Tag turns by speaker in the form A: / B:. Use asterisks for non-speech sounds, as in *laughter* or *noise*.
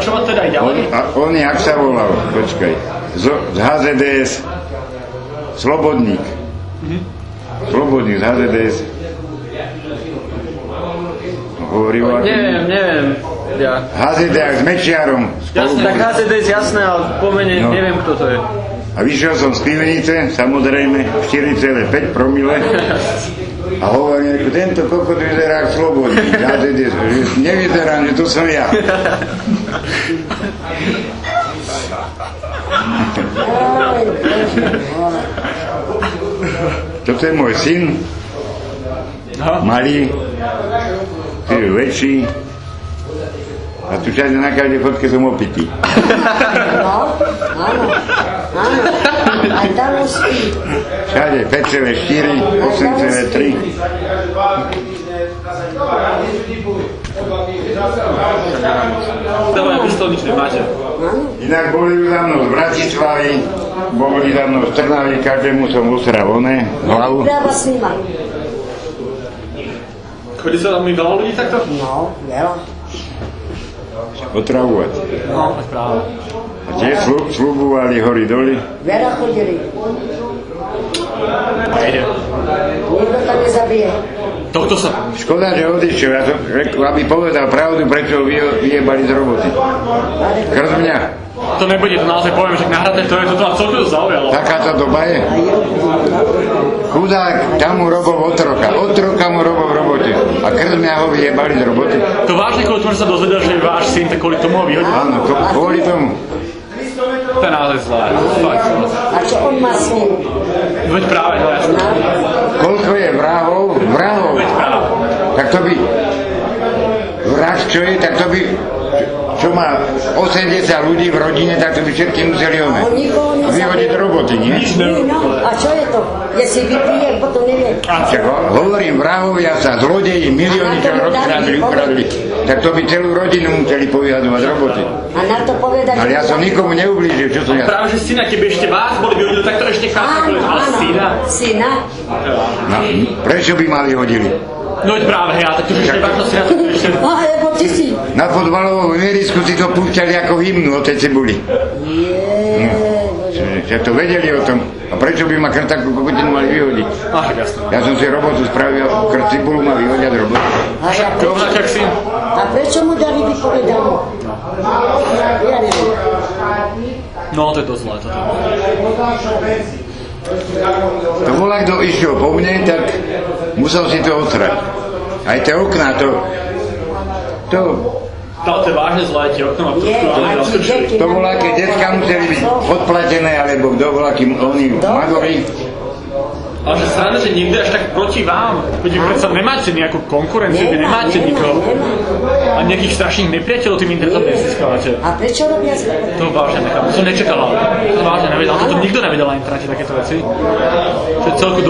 A: čo teda
B: On,
A: ďalej?
B: a, on jak sa volal, počkaj, z, z HZDS, Slobodník. Slobodník z HZDS. Hovorí o
C: Neviem, neviem. Ja.
B: HZDS s Mečiarom.
C: Jasne, tak HZDS jasné, ale pomene
B: No.
C: neviem, kto to je.
B: A vyšiel som z pivnice, samozrejme 4,5 promile. A hovorím, že tento kokot vyzerá ako slobodný. Ja tedy nevyzerám, že to som ja. Toto je môj syn, malý, ktorý je väčší. A tu všade na každej fotke som opitý.
D: No, áno, áno. Aj tam už spí.
B: Všade 5,4, 8,3.
A: Dávaj, vy stolične máte.
B: Inak boli za mnou z Bratislavy, boli za mnou z Trnavy, každému som usral oné, hlavu.
D: Práva sníma.
A: Chodí sa tam mi veľa ľudí takto?
D: No, veľa.
B: Otravovať.
A: No, práve.
B: A tie slu- slubovali hory doli.
D: Veľa chodili.
A: Nejde.
D: Nikto to nezabije.
A: Tohto sa...
B: Škoda, že odišiel, ja som, rek- aby povedal pravdu, prečo ho vyje- vyjebali z roboty.
D: Ale
B: Krz mňa,
A: To nebude, to naozaj poviem, že nahradné to je toto a celkom to zaujalo.
B: takáto doba je. Chudák, tam mu robov otroka, otroka mu robov roboty. A krz mňa ho vyjebali z roboty.
A: To vážne kvôli tomu, že sa dozvedel, že je váš syn, tak kvôli tomu ho vyhodil.
B: Áno, to, kvôli tomu.
A: To je naozaj zlé. Fakt.
D: A čo on má s ním?
A: Veď práve, no jasne.
D: No,
B: Koľko je vrahov? Vrahov.
A: Veď práve.
B: Tak to by... Vrah, čo je, tak to by... Čo má 80 ľudí v rodine, tak to by všetky museli one.
D: on nikoho
B: A vyhodiť
D: nezabije.
B: roboty, nie?
A: Nič
D: Nie, no,
A: nerobí.
D: a čo je to? Jestli vypije, potom nevie.
B: Však ho- hovorím, vrahovia sa, zlodeji, milióny čo rozkradli, ukradli. Tak to by celú rodinu museli povyhadovať roboty.
D: A na to povedať...
B: Ale ja som nikomu neublížil, čo som ja...
A: Práve, že syna, keby ešte vás boli vyhodili, tak to ešte chápem,
D: Áno,
A: kvôli ale
D: áno.
A: syna.
D: Syna. *laughs*
B: No, prečo by ma vyhodili?
A: No veď práve, hej, ale tak to už ešte vášho syna, to ešte...
D: Alebo ty si.
B: Na fotbalovom ihrisku si to púšťali ako hymnu o tej cibuli.
D: Je, bože.
B: Že to vedeli o tom. A prečo by ma krtakú kokotinu mali vyhodiť?
A: Ach, jasné.
B: Ja som si robotu spravil, krcibulu ma vyhodia z roboty.
D: A ja
A: Rovnako, jak syn.
D: A prečo mu dali vypovedať? Ja neviem.
A: No, to je dosť zlé, toto.
B: To bola, kto išiel po mne, tak musel si to otrať. Aj tie okná, to, to,
A: To, to je vážne zlé, tie okno ma
D: Je,
A: trošku ale
D: a ti
A: rozkočili.
D: deti...
B: to bola, keď detka museli byť podplatené, alebo kto bola, kým oni magori.
A: Ale že sranda, že niekto je až tak proti vám. Veď vy predsa nemáte nejakú konkurenciu, vy
D: Nemá,
A: nemáte
D: nemá,
A: nikoho.
D: nemá.
A: A nejakých strašných nepriateľov tým internetom nezískavate.
D: A prečo robia zle?
A: To vážne nechám, to som nečakal. ale To vážne nevedel, toto nikto nevedel na internete takéto veci. To je celku